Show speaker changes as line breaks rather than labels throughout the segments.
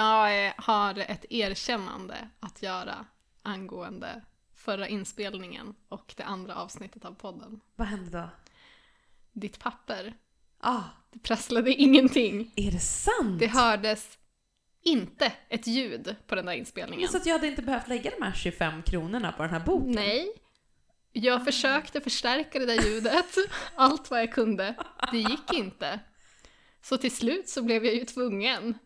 Jag eh, har ett erkännande att göra angående förra inspelningen och det andra avsnittet av podden.
Vad hände då?
Ditt papper,
Ah,
det prasslade ingenting.
är det sant?
Det hördes inte ett ljud på den där inspelningen.
Så att jag hade inte behövt lägga de här 25 kronorna på den här boken?
Nej. Jag försökte förstärka det där ljudet, allt vad jag kunde. Det gick inte. Så till slut så blev jag ju tvungen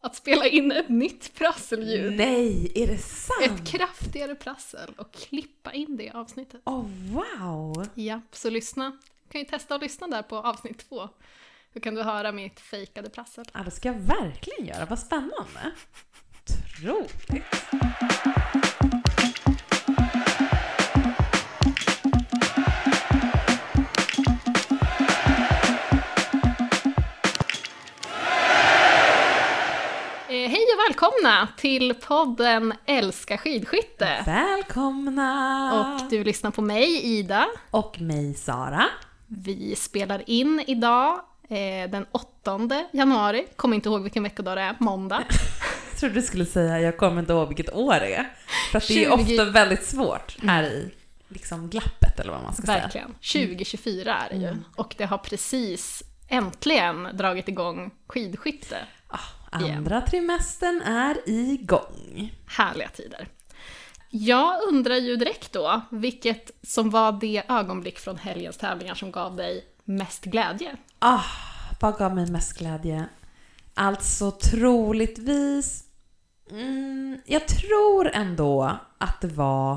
att spela in ett nytt prasselljud.
Nej, är det sant?
Ett kraftigare prassel och klippa in det i avsnittet.
Åh wow!
Ja, så lyssna. Du kan ju testa att lyssna där på avsnitt två. Då kan du höra mitt fejkade prassel.
Ja, det ska jag verkligen göra. Vad spännande. Otroligt.
Eh, hej och välkomna till podden Älska skidskytte!
Välkomna!
Och du lyssnar på mig, Ida.
Och mig Sara.
Vi spelar in idag eh, den 8 januari. Kommer inte ihåg vilken veckodag det är, måndag.
Jag trodde du skulle säga jag kommer inte ihåg vilket år det är. För att det är
20.
ofta väldigt svårt här i liksom glappet eller vad man ska säga. Mm.
Verkligen. 2024 är det ju. Och det har precis äntligen dragit igång skidskytte.
Ah, andra trimestern är igång.
Härliga tider. Jag undrar ju direkt då, vilket som var det ögonblick från helgens tävlingar som gav dig mest glädje?
Ah, vad gav mig mest glädje? Alltså troligtvis... Mm, jag tror ändå att det var...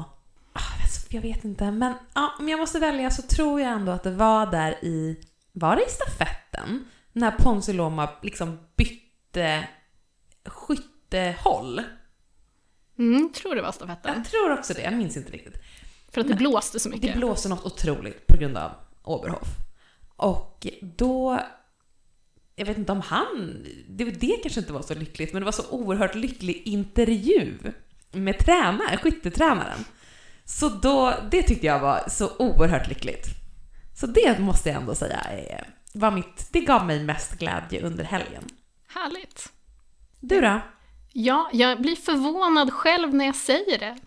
Ah, alltså, jag vet inte, men ja, om jag måste välja så tror jag ändå att det var där i... Var det i stafetten? När Ponsi Loma liksom bytte skyttehåll.
Mm, tror det var stafetten.
Jag tror också det, jag minns inte riktigt.
För att det blåste så
Det
mycket.
blåser något otroligt på grund av Oberhof. Och då... Jag vet inte om han... Det, det kanske inte var så lyckligt, men det var så oerhört lycklig intervju med tränaren, skyttetränaren. Så då, det tyckte jag var så oerhört lyckligt. Så det måste jag ändå säga eh, var mitt... Det gav mig mest glädje under helgen.
Härligt.
Du då?
Ja, jag blir förvånad själv när jag säger det.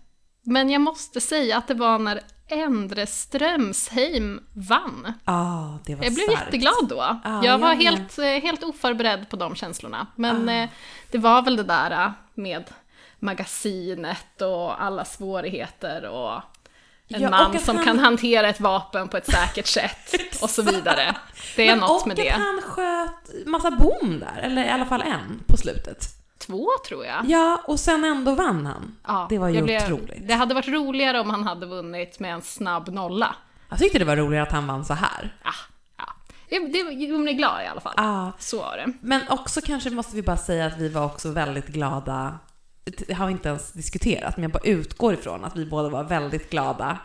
Men jag måste säga att det var när Endre Strömsheim vann.
Ja, det var
Jag blev
starkt.
jätteglad då.
Ja,
jag var
jag med.
helt, eh, helt oförberedd på de känslorna. Men
Ah.
eh, det var väl det där eh, med magasinet och alla svårigheter och en
Ja, och
man
att
som
han-
kan hantera ett vapen på ett säkert sätt och så vidare. Det är
Men
något
och
med
att
det.
han sköt massa bom där, eller i alla fall en på slutet.
Två tror jag.
Ja, och sen ändå vann han.
Ja,
det var ju
jag blev-
otroligt.
Det hade varit roligare om han hade vunnit med en snabb nolla.
Jag tyckte det var roligare att han vann så här.
Ah, ah. Det, det gjorde mig glad i alla fall.
Ja,
Så var det.
men också kanske måste vi bara säga att vi var också väldigt glada. Det har vi inte ens diskuterat, men jag bara utgår ifrån att vi båda var väldigt glada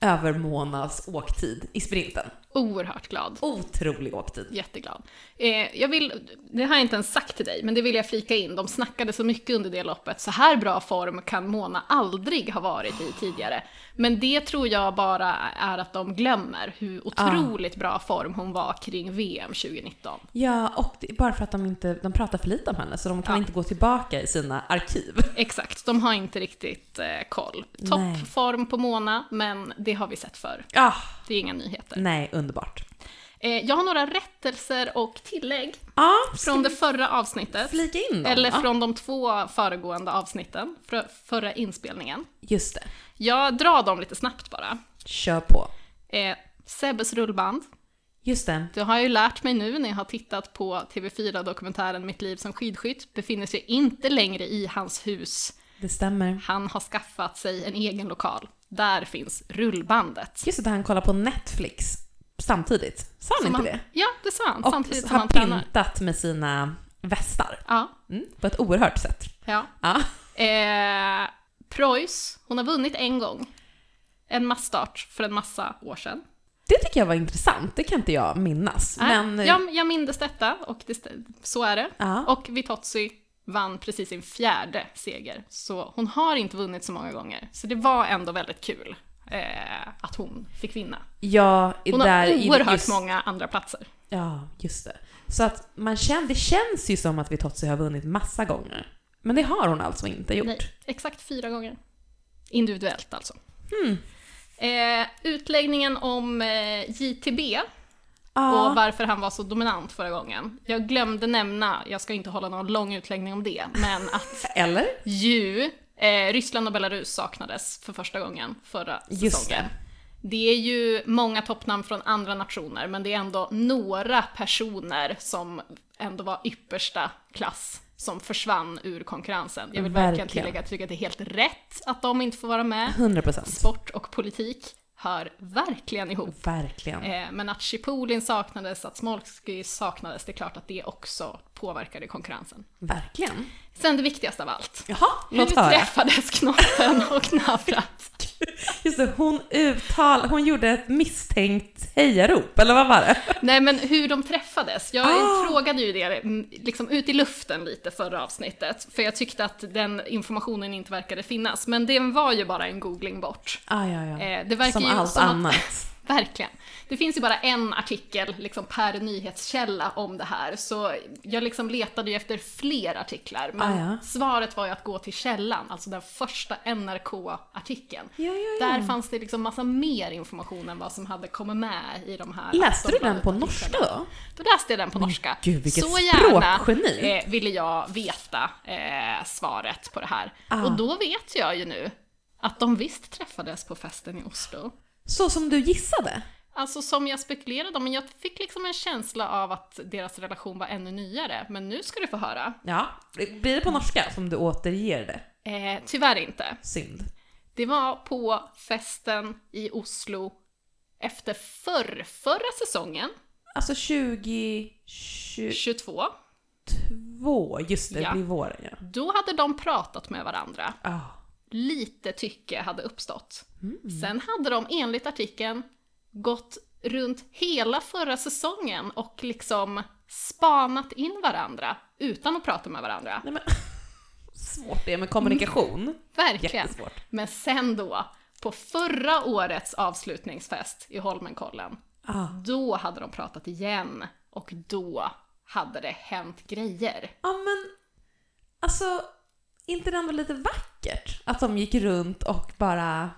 över Monas åktid i sprinten.
Oerhört glad.
Otrolig åktid.
Jätteglad. Eh, jag vill, det har jag inte ens sagt till dig, men det vill jag flika in. De snackade så mycket under det loppet. Så här bra form kan Mona aldrig ha varit i tidigare. Men det tror jag bara är att de glömmer hur otroligt bra form hon var kring VM 2019.
Ja, och det, bara för att de inte, de pratar för lite om henne så de kan
Ja.
inte gå tillbaka i sina arkiv.
Exakt, de har inte riktigt eh, koll.
Nej.
Toppform på Mona, men det har vi sett förr.
Ah,
Det är inga nyheter.
nej, underbart.
Eh, jag har några rättelser och tillägg
Ja,
från
ska
det förra avsnittet.
vi flika in dem,
Eller
va?
från de två föregående avsnitten, för förra inspelningen.
Just det,
Jag drar dem lite snabbt bara.
kör på.
Eh, Sebbes rullband.
Just det,
Det har jag ju lärt mig nu när jag har tittat på TV4-dokumentären Mitt liv som skidskytt. Befinner sig inte längre i hans hus.
det stämmer.
Han har skaffat sig en egen lokal. Där finns rullbandet.
Just det, han kollar på Netflix samtidigt. Sa
Som
han inte
han-
det?
Ja, det sa han.
Och
samtidigt som
har
han tränar.
pyntat med sina västar.
Ja,
Mm, på ett oerhört sätt.
ja.
Ja.
Eh, Preuss, hon har vunnit en gång. En massstart för en massa år sedan.
Det tycker jag var intressant, det kan inte jag minnas.
Nej,
Men,
jag, jag mindes detta och det, st- så är det.
Ja.
Och Vitozzi vann precis sin fjärde seger, så hon har inte vunnit så många gånger. Så det var ändå väldigt kul eh, att hon fick vinna.
jag är
Hon
där
har
i-
oerhört
just,
många andra platser.
Ja, just det. Så att man känner, det känns ju som att Vitozzi har vunnit massa gånger. Men det har hon alltså inte gjort.
Nej, exakt fyra gånger. Individuellt alltså.
Mm.
Eh, utläggningen om eh, JTB och
Ja,
varför han var så dominant förra gången. Jag glömde nämna, jag ska inte hålla någon lång utläggning om det, men att
eller?
ju eh, Ryssland och Belarus saknades för första gången förra
Just
säsongen. Det. är ju många toppnamn från andra nationer, men det är ändå några personer som ändå var yppersta klass som försvann ur konkurrensen. Jag vill verkligen
Verkligen.
tillägga att jag tycker att det är helt rätt att de inte får vara med.
100 procent.
Sport och politik hör verkligen ihop.
Verkligen.
Eh, Men att Chipolin saknades, att Smolsky saknades, det är klart att det också påverkade konkurrensen.
Verkligen.
Sen det viktigaste av allt.
Jaha,
Hur
låt höra.
träffades knoppen och knavrat?
Just det, hon uttal, hon gjorde ett misstänkt hejarop, eller vad var det?
Nej men hur de träffades. Jag
Ah.
frågade ju det mm, liksom ut i luften lite förra avsnittet, för jag tyckte att den informationen inte verkade finnas. Men det var ju bara en googling bort.
Ah, ja, ja.
Eh, det verkar
som
ju
allt
som att-
annat.
Verkligen. Det finns ju bara en artikel liksom, per nyhetskälla om det här, så jag liksom letade ju efter fler artiklar. Men
Ah, ja.
svaret var ju att gå till källan, alltså den första NRK-artikeln.
Ja, ja,
Där
ja.
fanns det liksom massa mer information än vad som hade kommit med i de här
Läste du den på
Aftonbladet-artiklarna.
norska då?
Då läste jag den på norska.
gud, vilket
så gärna
språkgeni.
eh, ville jag veta eh, svaret på det här.
Ah.
Och då vet jag ju nu att de visst träffades på festen i Oslo.
Så som du gissade?
Alltså som jag spekulerade om, men jag fick liksom en känsla av att deras relation var ännu nyare. Men nu ska du få höra.
Ja. Blir det på norska som du återger det?
Eh, tyvärr inte.
Synd.
Det var på festen i Oslo efter förr, förra säsongen,
Alltså 2022,
22.
just det,
Ja.
det blir våren ja.
Då hade de pratat med varandra.
Ah.
Lite tycke hade uppstått. Sen hade de enligt artikeln gått runt hela förra säsongen och liksom spanat in varandra utan att prata med varandra.
Nej, men, svårt det är med kommunikation.
Verkligen.
Jättesvårt.
Men sen då, på förra årets avslutningsfest i Holmenkollen,
Ah.
då hade de pratat igen och då hade det hänt grejer.
Ja men, alltså, inte det ändå lite vackert? Att de gick runt och bara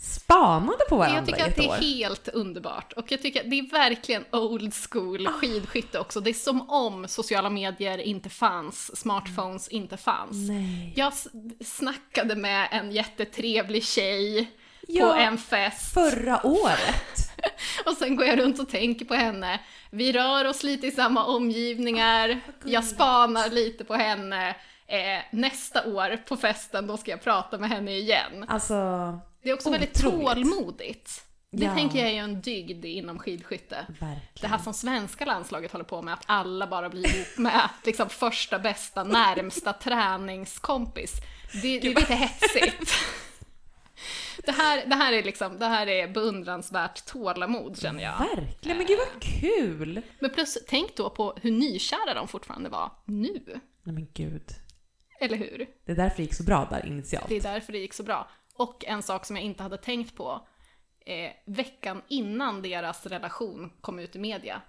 spanade på varandra
Jag tycker
i
att
ett
det är
år.
helt underbart och jag tycker att det är verkligen old
Ah.
school skidskytte också. Det är som om sociala medier inte fanns, smartphones inte fanns.
Mm. Nej.
Jag s- snackade med en jättetrevlig tjej
Ja.
på en fest.
Förra året.
Och sen går jag runt och tänker på henne. Vi rör oss lite i samma omgivningar. Jag spanar lite på henne. Eh, nästa år på festen, då ska jag prata med henne igen.
Alltså,
Det är också väldigt
Otroligt.
tålmodigt. Det
Ja.
tänker jag är ju en dygd inom skidskytte. Det
verkligen.
här som svenska landslaget håller på med, att alla bara blir ihop med liksom, första bästa, närmsta träningskompis. Det, det är lite hetsigt. Det här, det, här är liksom, det här är beundransvärt tålamod känner jag.
Verkligen, men gud vad kul!
Men plus, tänk då på hur nykära de fortfarande var nu.
Nej men gud.
Eller hur?
Det är därför det gick så bra där initialt.
Det är därför det gick så bra. Och en sak som jag inte hade tänkt på. Eh, veckan innan deras relation kom ut i media,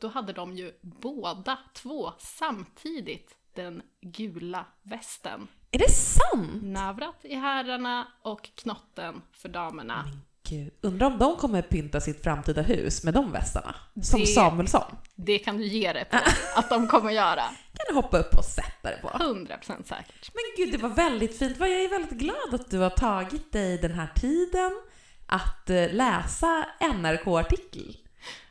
då hade de ju båda två samtidigt den gula västen.
Är det sant?
Navrat i herrarna och knotten för damerna.
Gud. Undrar om de kommer pynta sitt framtida hus med de västarna? Som
Det-
Samuelsson.
Det kan du ge dig på att de kommer göra.
Kan du hoppa upp och sätta dig på?
100% säkert.
Men gud, det var väldigt fint. Jag är väldigt glad att du har tagit dig den här tiden att eh, läsa NRK-artikel.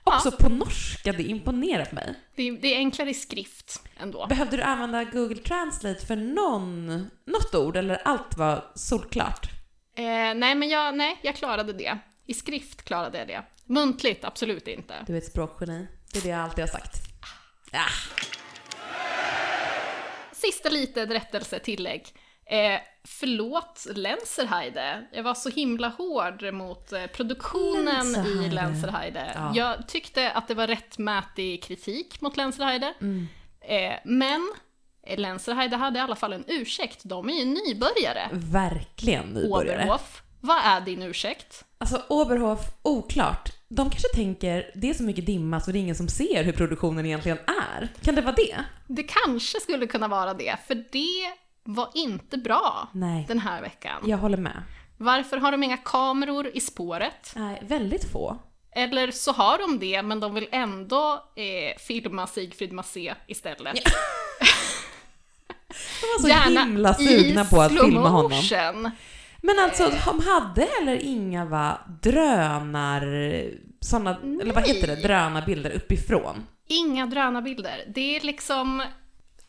Också på norska, det imponerar på mig.
Det är, det är enklare i skrift ändå.
Behövde du använda Google Translate för någon, något ord eller allt var solklart?
Eh, nej, men jag, nej, jag klarade det. I skrift klarade jag det. Muntligt, absolut inte.
Du är ett språkgeni. Det är det jag alltid har sagt. Ah,
Sista litet rättelse, tillägg. Eh, förlåt Lenzerheide, jag var så himla hård mot eh, produktionen i
Lenzerheide.
Lenzerheide.
Ja.
Jag tyckte att det var rättmätig kritik mot Lenzerheide.
Mm.
Eh, men eh, Lenzerheide hade i alla fall en ursäkt, de är ju nybörjare.
verkligen nybörjare.
Oberhof, vad är din ursäkt?
Alltså Oberhof, oklart. De kanske tänker, det är så mycket dimma så det är ingen som ser hur produktionen egentligen är. Kan det vara det?
Det kanske skulle kunna vara det, för det var inte bra
Nej,
den här veckan.
jag håller med.
Varför har de inga kameror i spåret?
Nej, väldigt få.
Eller så har de det, men de vill ändå eh, filma Sigfrid Massé istället.
De var så alltså, himla sugna på att
slow
filma honom.
motion.
Men alltså, de hade heller inga va, drönar... Såna, eller vad heter det?
Nej.
Drönarbilder uppifrån.
Inga drönarbilder. Det är liksom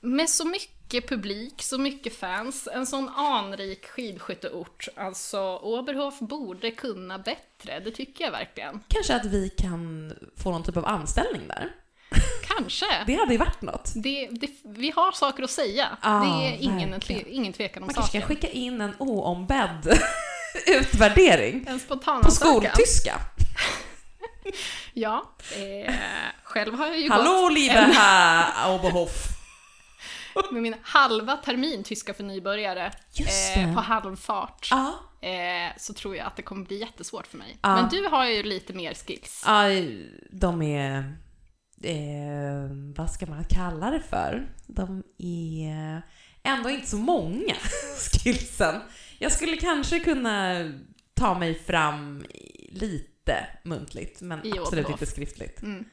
med så mycket publik, så mycket fans, en sån anrik skidskytteort. Alltså, Oberhof borde kunna bättre, det tycker jag verkligen.
Kanske att vi kan få någon typ av anställning där.
Kanske. Det...
Det hade ju varit något.
Det, vi har saker att säga.
Ja,
det är ingen,
verkligen.
ingen tvekan om
Man kanske
saken.
kan skicka in en oombedd utvärdering
En spontan
på
ansökan.
skoltyska.
Ja. Eh, själv har jag ju
Hallå liebe Herr Oberhof!
Eh, gått med min halva termin tyska för nybörjare
Just det.
eh, på halvfart.
Ja,
Eh, så tror jag att det kommer bli jättesvårt för mig.
Ja.
Men du har ju lite mer skills.
ja, de är... Eh, vad ska man kalla det för? De är ändå inte så många, skillsen. Jag skulle kanske kunna ta mig fram i- lite muntligt, men
I
absolut
Oberhof.
inte skriftligt.
Mm.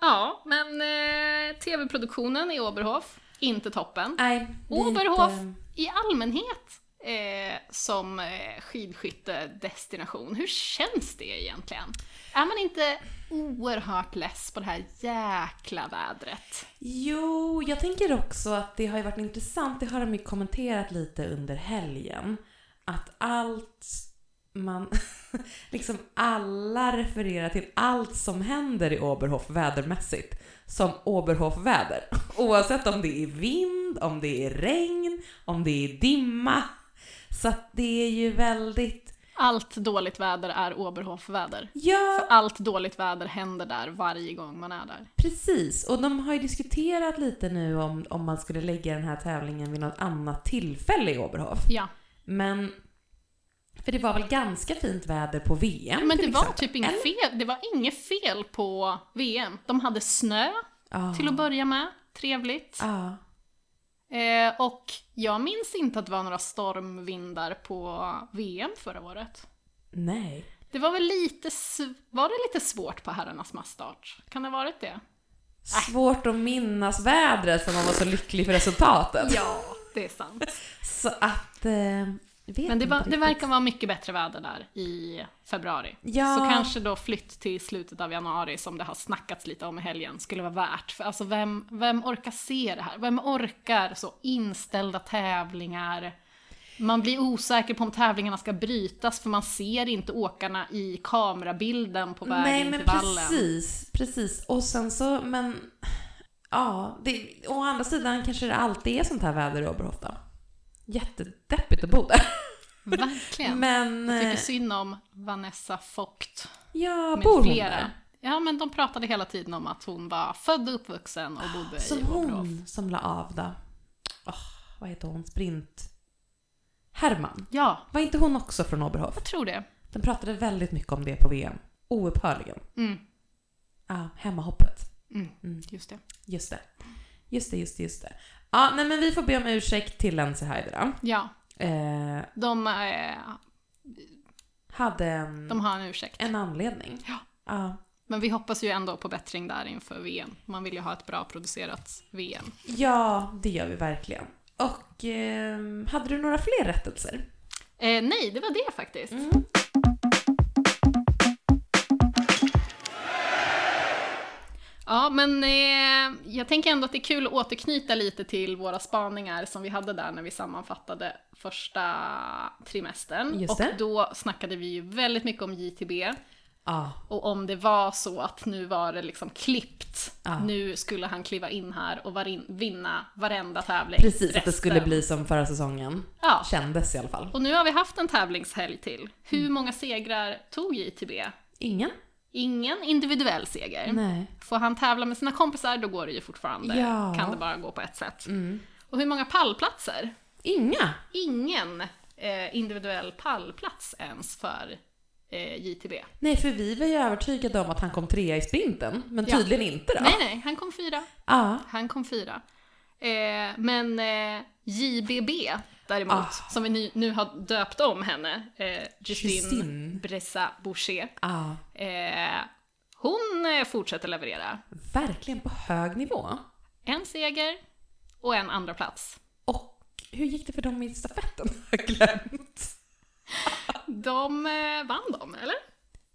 Ja, men eh, tv-produktionen i Oberhof, inte toppen.
Nej, lite-
Oberhof i allmänhet eh, som eh, skidskyttedestination, hur känns det egentligen? Är man inte oerhört less på det här jäkla vädret?
Jo, jag tänker också att det har ju varit intressant, det har de ju kommenterat lite under helgen, att allt man, liksom alla refererar till allt som händer i Oberhof vädermässigt som Oberhof-väder. Oavsett om det är vind, om det är regn, om det är dimma. Så att det är ju väldigt,
Allt dåligt väder är Oberhof-väder.
ja,
För allt dåligt väder händer där varje gång man är där.
Precis, och de har ju diskuterat lite nu om, om man skulle lägga den här tävlingen vid något annat tillfälle i Oberhof.
Ja,
Men, för det var väl ganska fint väder på VM
men det
till
var
exempel.
typ inget fel, det var inget fel på VM. De hade snö
ja.
till att börja med, trevligt.
Ja.
Eh, och jag minns inte att det var några stormvindar på VM förra året.
Nej.
Det var väl lite, sv- var det lite svårt på herrarnas massstart? Kan det ha varit det?
Svårt att minnas vädret för man var så lycklig för resultatet.
Ja, det är sant.
Så att, eh, vet
Men det,
inte
var, det
riktigt.
verkar vara mycket bättre väder där i februari.
Ja.
Så kanske då flytt till slutet av januari som det har snackats lite om i helgen skulle vara värt. För alltså vem, vem orkar se det här? Vem orkar så inställda tävlingar? Man blir osäker på om tävlingarna ska brytas för man ser inte åkarna i kamerabilden på vägen
Nej, men
till vallen.
precis, precis. Och sen så, men, ja, det, å andra sidan kanske det alltid är sånt här väder i Oberhof då. Jättedeppigt att bo där.
Verkligen.
Men,
Jag tycker
eh,
synd om Vanessa Vogt
ja,
med
bor hon
flera.
där?
Ja men de pratade hela tiden om att hon var född och uppvuxen och bodde
Som
i Oberhof.
hon som la av då. Åh, vad heter hon? Sprint... Herman.
Ja,
Var inte hon också från Oberhof?
jag tror det.
De pratade väldigt mycket om det på VM. Oupphörligen.
Mm,
Ja, hemmahoppet.
mm,
Mm.
just det.
Just det. Just det, just det, just det. Ja, nej men vi får be om ursäkt till Lenzi Haidara.
Ja,
Eh,
de, eh,
hade en,
de har en ursäkt.
en anledning.
Ja.
ja.
Men vi hoppas ju ändå på bättring där inför VM. Man vill ju ha ett bra producerat VM.
Ja, det gör vi verkligen. Och ehm, hade du några fler rättelser?
Eh, nej, det var det faktiskt. Ja, men eh, jag tänker ändå att det är kul att återknyta lite till våra spaningar som vi hade där när vi sammanfattade första trimestern.
Just
och
det.
då snackade vi ju väldigt mycket om JTB.
Ja.
Och om det var så att nu var det liksom klippt,
Ja.
nu skulle han kliva in här och varin, vinna varenda tävling.
Precis, att det
resten.
skulle bli som förra säsongen.
Ja.
Kändes i alla fall.
Och nu har vi haft en tävlingshelg till. Hur många segrar tog JTB?
Ingen?
Ingen individuell seger.
Nej.
Får han tävla med sina kompisar då går det ju fortfarande,
Ja. Mm.
kan det bara gå på ett sätt. Och hur många pallplatser?
Inga?
Ingen eh, individuell pallplats ens för eh, JTB.
Nej, för vi var ju övertygade om att han kom trea i sprinten, men
Ja.
tydligen inte då.
Nej, nej, han kom fyra.
Ja.
Han kom fyra. Eh, Eh, men eh, JBB däremot,
Ah.
som vi nu, nu har döpt om henne, eh, Justine,
Justine.
Bressa Boucher,
Ja,
eh, hon eh, fortsätter leverera.
verkligen på hög nivå.
En seger och en andra plats.
Och hur gick det för dem i stafetten? Jag har glömt.
De eh, vann dem, eller?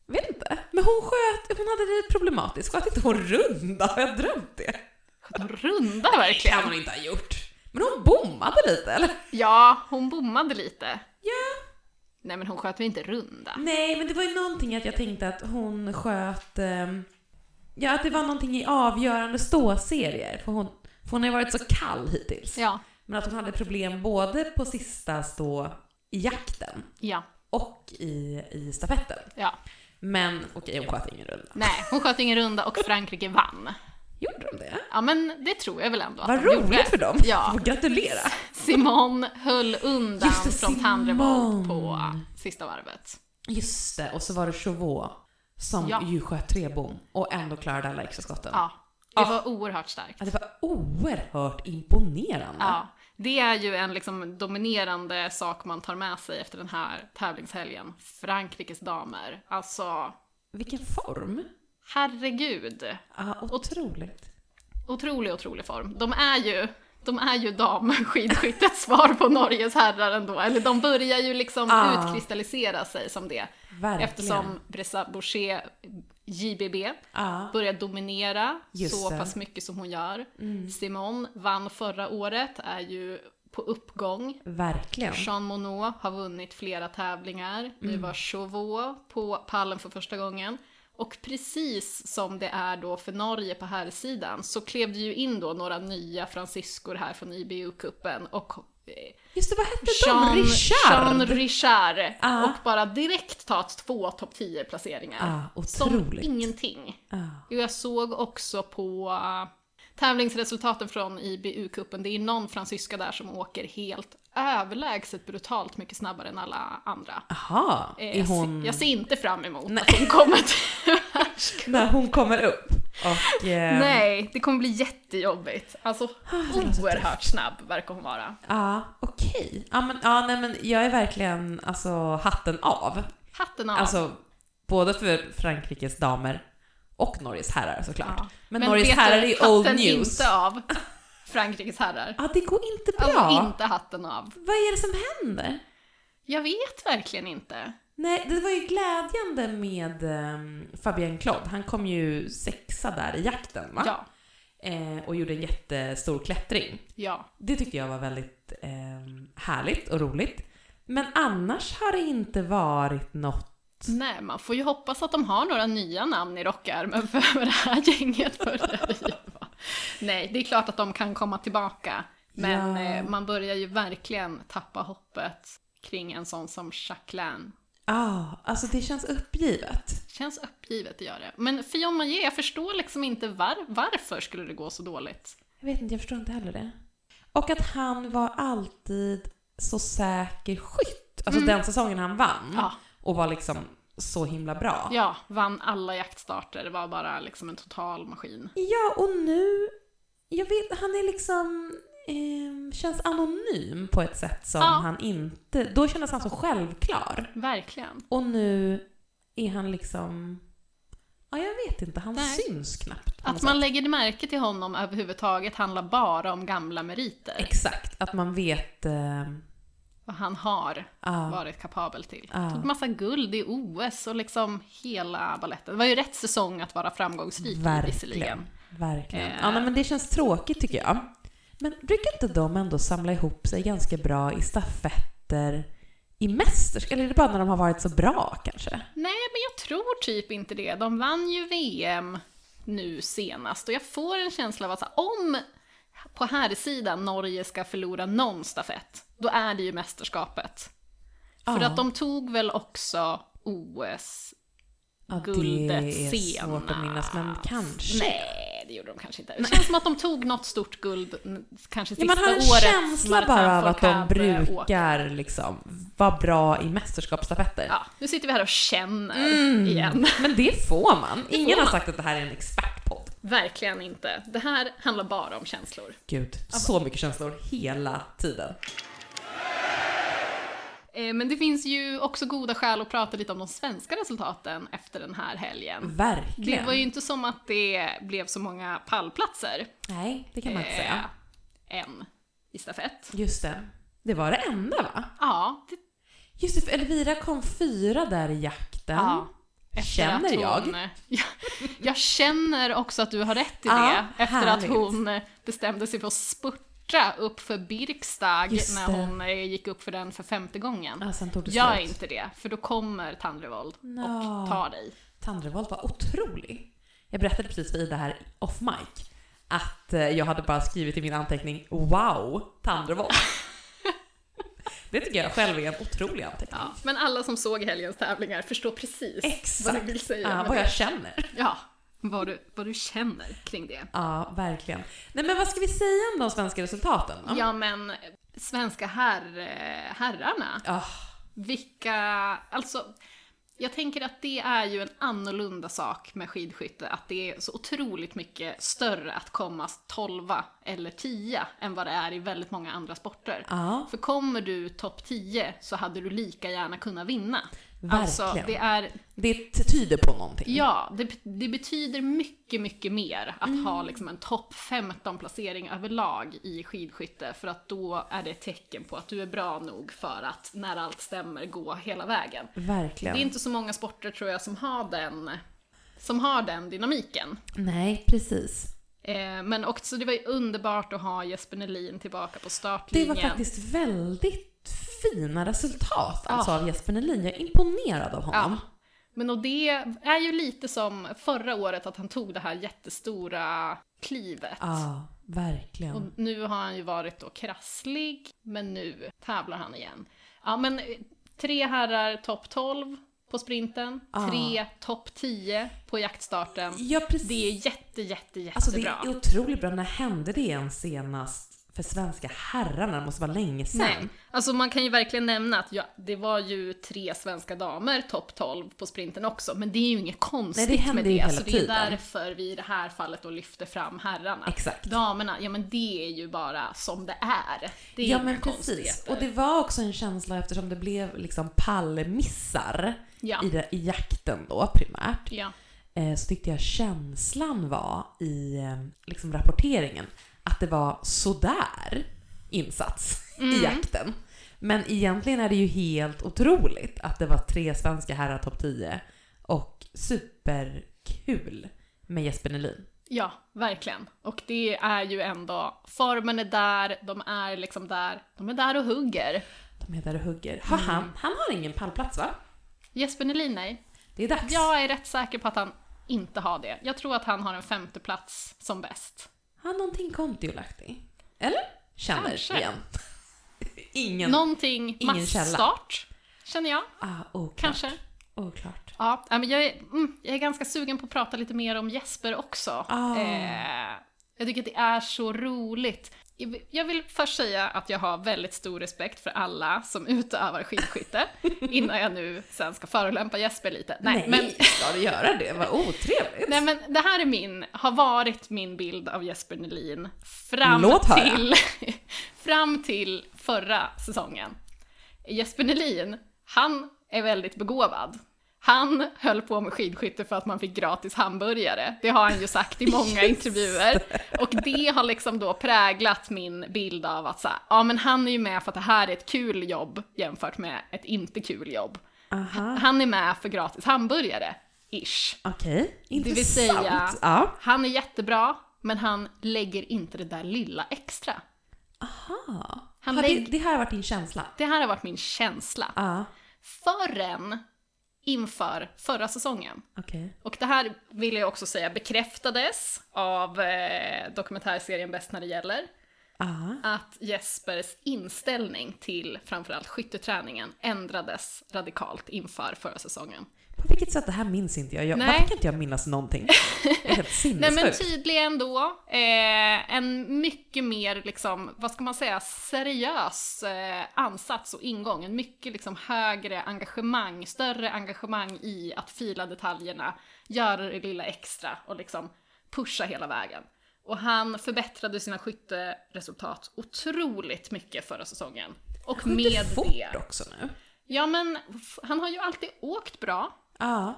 Vet inte. Men hon sköt, hon hade det problematiskt. Sköt inte hon runda? Har jag drömt det?
De runda
Det kan
verkligen.
hon inte ha gjort. Men hon bommade lite, eller?
Ja, hon bommade lite.
Ja.
Nej men hon sköt väl inte runda?
Nej, men det var ju någonting att jag tänkte att hon sköt... ehm, ja, att det var någonting i avgörande ståserier. För hon, för hon har ju varit så kall hittills.
Ja,
Men att hon hade problem både på sista stå i jakten
ja,
och i, i stafetten.
ja.
Men okej, hon sköt ingen runda.
Nej, hon sköt ingen runda och Frankrike vann.
Gjorde de det?
Ja men det tror jag väl ändå att
Vad
de gjorde.
roligt för dem!
Ja.
Får Gratulera!
Simon höll undan
Just det,
från
Simon.
tandrevolt på sista varvet.
Just det, och så var det Chauveau som
Ja.
ju sköt tre bom och ändå klarade alla extra skotten.
Ja, det var oerhört starkt.
Ja, Det var oerhört imponerande.
Ja, det är ju en liksom dominerande sak man tar med sig efter den här tävlingshelgen. Frankrikes damer. Alltså,
Vilken form!
herregud.
Ja, otroligt.
Otrolig, otrolig form. De är ju, de är ju damskidskyttets svar på Norges herrar ändå. Eller de börjar ju liksom
Ah.
utkristallisera sig som det.
Verkligen.
Eftersom Bressa Boucher, JBB,
Ja.
börjar dominera
Just
så
det. Mm.
pass mycket som hon gör. Simon vann förra året, är ju på uppgång.
Verkligen.
Jean Monod har vunnit flera tävlingar. Nu
Mm.
var Chauveau på pallen för första gången. Och precis som det är då för Norge på här sidan så klev det ju in då några nya fransiskor här från IBU-cupen och eh,
Just det, vad hette
Jean
de? Richard! Ah.
Jean Richard
Ja.
och bara direkt ta två topp 10 placeringar.
Ja,
som
otroligt.
ingenting.
Ja.
Jo, Jag såg också på eh, tävlingsresultaten från IBU-cupen, det är någon fransyska där som åker helt överlägset brutalt mycket snabbare än alla andra.
Aha,
Eh,
är
jag, se-
hon...
jag ser inte fram emot att hon kommer till
När hon kommer upp. Och, eh,
Nej, det kommer bli jättejobbigt. Alltså
Ah, det låter
oerhört snabb verkar hon vara.
Ja, okej. Ja, men, ja, nej, men jag är verkligen alltså, hatten av.
Hatten av.
Alltså, både för Frankrikes damer och Norges herrar såklart.
Ja.
Men, Norges
vet du,
herrar är ju old
hatten
news.
inte av Frankrikes herrar.
Ja, det går inte bra.
Alltså inte hatten av.
Vad är det som händer?
Jag vet verkligen inte.
Nej, det var ju glädjande med ehm, Fabien Claude. Han kom ju sexa där i jakten va?
Ja,
Eh, och gjorde en jättestor klättring.
ja.
Det tyckte jag var väldigt ehm, härligt och roligt. Men annars har det inte varit något...
Nej, man får ju hoppas att de har några nya namn i rockärmen för det här gänget börjar riva. Nej, det är klart att de kan komma tillbaka. Men
Ja.
eh, man börjar ju verkligen tappa hoppet kring en sån som Jacqueline.
Ja, alltså det känns uppgivet.
Känns uppgivet, det gör det. Men Fion Maillet, jag förstår liksom inte var, varför skulle det gå så dåligt?
Jag vet inte, jag förstår inte heller det. Och att han var alltid så säker skytt. Alltså den säsongen han vann.
Ja.
Och var liksom så himla bra.
Ja, vann alla jaktstarter, det var bara liksom en total maskin.
Ja, och nu... Jag vet, han är liksom... Eh, känns anonym på ett sätt som
Ja.
han inte... Då kändes han så självklar.
Verkligen.
Och nu är han liksom... Ja, jag vet inte. Han
Nej.
syns knappt. på något
Att man lägger märke till honom överhuvudtaget handlar bara om gamla
sätt.
meriter.
Exakt, att man vet... Eh,
Vad han har
ja.
varit kapabel till.
Ja.
Tog massa guld i OS och liksom hela balletten. Det var ju rätt säsong att vara framgångsrik i,
Verkligen.
visserligen.
Verkligen.
Eh.
Ja, nej, men det känns tråkigt tycker jag. Men brukar inte de ändå samla ihop sig ganska bra i stafetter i mästerskap? Eller är det bara när de har varit så bra kanske?
Nej, men jag tror typ inte det. De vann ju VM nu senast och jag får en känsla av att så här, om på här sidan Norge ska förlora någon stafett, då är det ju mästerskapet. För
Ja.
att de tog väl också OS
Ja,
guldet
Det är svårt att
senast.
minnas, men kanske.
Nej, det gjorde de kanske inte. Det känns som att de tog något stort guld n- kanske
Ja,
sista
man har en
året.
känsla
Martin
bara av att de
Fourcade åkte.
brukar liksom vara bra i mästerskapsstafetter.
Ja, nu
Mm.
sitter vi här och känner igen.
Men det får man. Ingen
får
har
man.
sagt att det här är en expertpodd.
Verkligen inte. Det här handlar bara om känslor.
Gud, så mycket känslor hela tiden.
Eh, Men det finns ju också goda skäl att prata lite om de svenska resultaten efter den här helgen.
Verkligen.
Det var ju inte som att det blev så många pallplatser.
Nej, det kan man inte
eh,
säga.
Än i stafett.
Just det. Det var det enda va?
Ja, det,
Just det, för Elvira kom fyra där i jakten.
ja.
Känner
att
jag.
hon- Ja, jag känner också att du har rätt i det.
Ja,
efter
Ah, härligt.
att hon bestämde sig för att spurta upp för Birkstag
Just
när
det.
hon eh, gick upp för den för femte gången.
Ja, sen tog det
Gör
slut.
inte det, för då kommer Tandrevold
Nå.
och tar dig.
Tandrevolt var otrolig. Jag berättade precis för Ida här off mic att eh, jag hade bara skrivit i min anteckning “Wow, Tandrevolt”. det tycker jag själv är en otrolig anteckning.
Ja, men alla som såg helgens tävlingar förstår precis vad du
Exakt
vill säga.
ja,
med
vad
det.
jag känner.
Ja, vad du, vad du känner kring det.
Ja, verkligen. Nej men vad ska vi säga om de svenska resultaten? då?
Ja, men svenska herr, eh, herrarna,
Ah,
vilka... Alltså, jag tänker att det är ju en annorlunda sak med skidskytte, att det är så otroligt mycket större att komma tolva eller tia än vad det är i väldigt många andra sporter.
ja,
För kommer du topp 10 så hade du lika gärna kunnat vinna.
verkligen.
Alltså, det
det...
är
tyder på någonting.
Ja, det, det betyder mycket, mycket mer att
Mm.
ha liksom en topp 15-placering överlag i skidskytte, för att då är det ett tecken på att du är bra nog för att, när allt stämmer, gå hela vägen.
Verkligen.
Det är inte så många sporter, tror jag, som har den, som har den dynamiken.
Nej, precis.
Eh, men också, det var ju underbart att ha Jesper Nelin tillbaka på
Det
startlinjen.
var faktiskt väldigt fina resultat alltså,
Ja.
av Jesper Nelin. Jag är imponerad av
Ja.
honom.
Men och det är ju lite som förra året, att han tog det här jättestora klivet.
Ja, verkligen.
Och nu har han ju varit då krasslig, men nu tävlar han igen. Ja, men eh, tre herrar topp 12 på sprinten,
Ah.
tre topp 10 på jaktstarten.
Ja, precis.
Det är jätte, jätte, jättebra.
alltså, det är otroligt bra. När hände det igen senast för svenska herrarna? Det måste vara länge sedan.
Nej, alltså man kan ju verkligen nämna att ja, det var ju tre svenska damer topp 12 på sprinten också, men det är ju inget konstigt
Nej, det händer
med
ju
det.
hela
så det är
tiden.
därför vi i det här fallet då lyfter fram herrarna.
Exakt.
Damerna, ja men det är ju bara som det är. Det är
Ja
inga
men precis.
konstigheter.
Och det var också en känsla eftersom det blev liksom pallmissar
Ja.
i, det, i jakten då primärt.
Ja.
Eh, så tyckte jag känslan var i eh, liksom rapporteringen att det var sådär insats
Mm.
i jakten. Men egentligen är det ju helt otroligt att det var tre svenska herrar topp 10 och superkul med Jesper Nelin.
Ja, verkligen. Och det är ju ändå, formen är där, de är liksom där, de är där och hugger.
De är där och hugger. Har
Mm.
han, han har ingen pallplats va?
Jesper Nelin, nej.
Det är dags.
Jag är rätt säker på att han inte har det. Jag tror att han har en femte plats som bäst.
Har någonting kontiolaktig? Eller? Känner
Kanske.
igen. Ingen.
Någonting
ingen
massstart, känner jag.
Ah, oklart.
Kanske.
Oklart.
Ja, nej, men jag är, mm, jag är ganska sugen på att prata lite mer om Jesper också.
Ah.
Eh, jag tycker att det är så roligt. Jag vill först säga att jag har väldigt stor respekt för alla som utövar skidskytte, innan jag nu sen ska förolämpa Jesper lite. Nej,
Nej,
Men,
ska du göra det? Vad otrevligt.
nej, men det här är min, har varit min bild av Jesper Nelin fram
Låt höra.
till, fram till förra säsongen. Jesper Nelin, han är väldigt begåvad. Han höll på med skidskytte för att man fick gratis hamburgare. Det har han ju sagt i många intervjuer. Och det har liksom då präglat min bild av att så här, ja men han är ju med för att det här är ett kul jobb jämfört med ett inte kul jobb.
Aha.
Han är med för gratis hamburgare, ish.
Okej,
Det
intressant.
vill säga,
Ja.
han är jättebra, men han lägger inte det där lilla extra.
Ah.
Han
Har det,
lägg-
det här har varit din känsla?
Det här har varit min känsla.
Ja, ah.
Förrän inför förra säsongen.
okej.
Och det här vill jag också säga bekräftades av eh, dokumentärserien Bäst när det gäller.
Ah.
Att Jespers inställning till framförallt skytteträningen ändrades radikalt inför förra säsongen.
På vilket sätt? Det här minns inte jag. jag
Nej.
varför kan inte jag minnas någonting? Det Mm, är helt
Nej men typ
sinnessjukt.
tydligen då, eh, en mycket mer liksom, vad ska man säga, seriös eh, ansats och ingång. En mycket liksom högre engagemang, större engagemang i att fila detaljerna, göra det lilla extra och liksom pusha hela vägen. Och han förbättrade sina skytteresultat otroligt mycket förra säsongen. Och
Skjuter
med
fort
det...
också nu.
Ja men, f- han har ju alltid åkt bra.
Ja.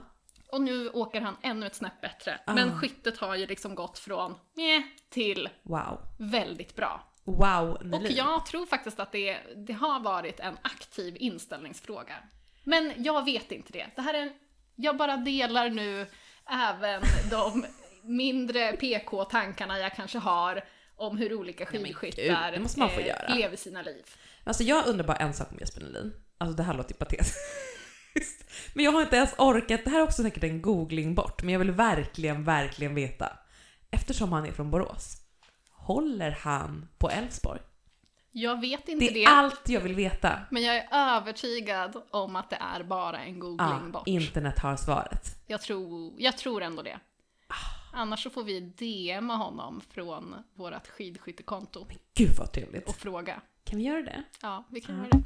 Och nu åker han ännu ett snäpp bättre.
Ah.
Men skyttet har ju liksom gått från meh till
Wow.
väldigt bra.
Wow,
Och
Nelin.
jag tror faktiskt att det, det har varit en aktiv inställningsfråga. Men jag vet inte det. det här är, jag bara delar nu även de mindre PK-tankarna jag kanske har om hur olika
men
skidskyttar
gud, det måste man få
eh,
göra.
lever sina liv.
Alltså jag undrar bara en sak om Jesper Nelin. Alltså det här låter ju patetiskt. Men jag har inte ens orkat, det här är också säkert en googling bort, men jag vill verkligen, verkligen veta. Eftersom han är från Borås, håller han på Elfsborg?
Jag vet inte
Det är
det,
allt jag vill veta.
men jag är övertygad om att det är bara en
Ja,
googling bort.
internet har svaret.
Jag tror, jag tror ändå det. Annars så får vi DMa honom från vårt skidskyttekonto
Gud vad trevligt.
och fråga.
Kan vi göra det?
Ja, vi kan göra det.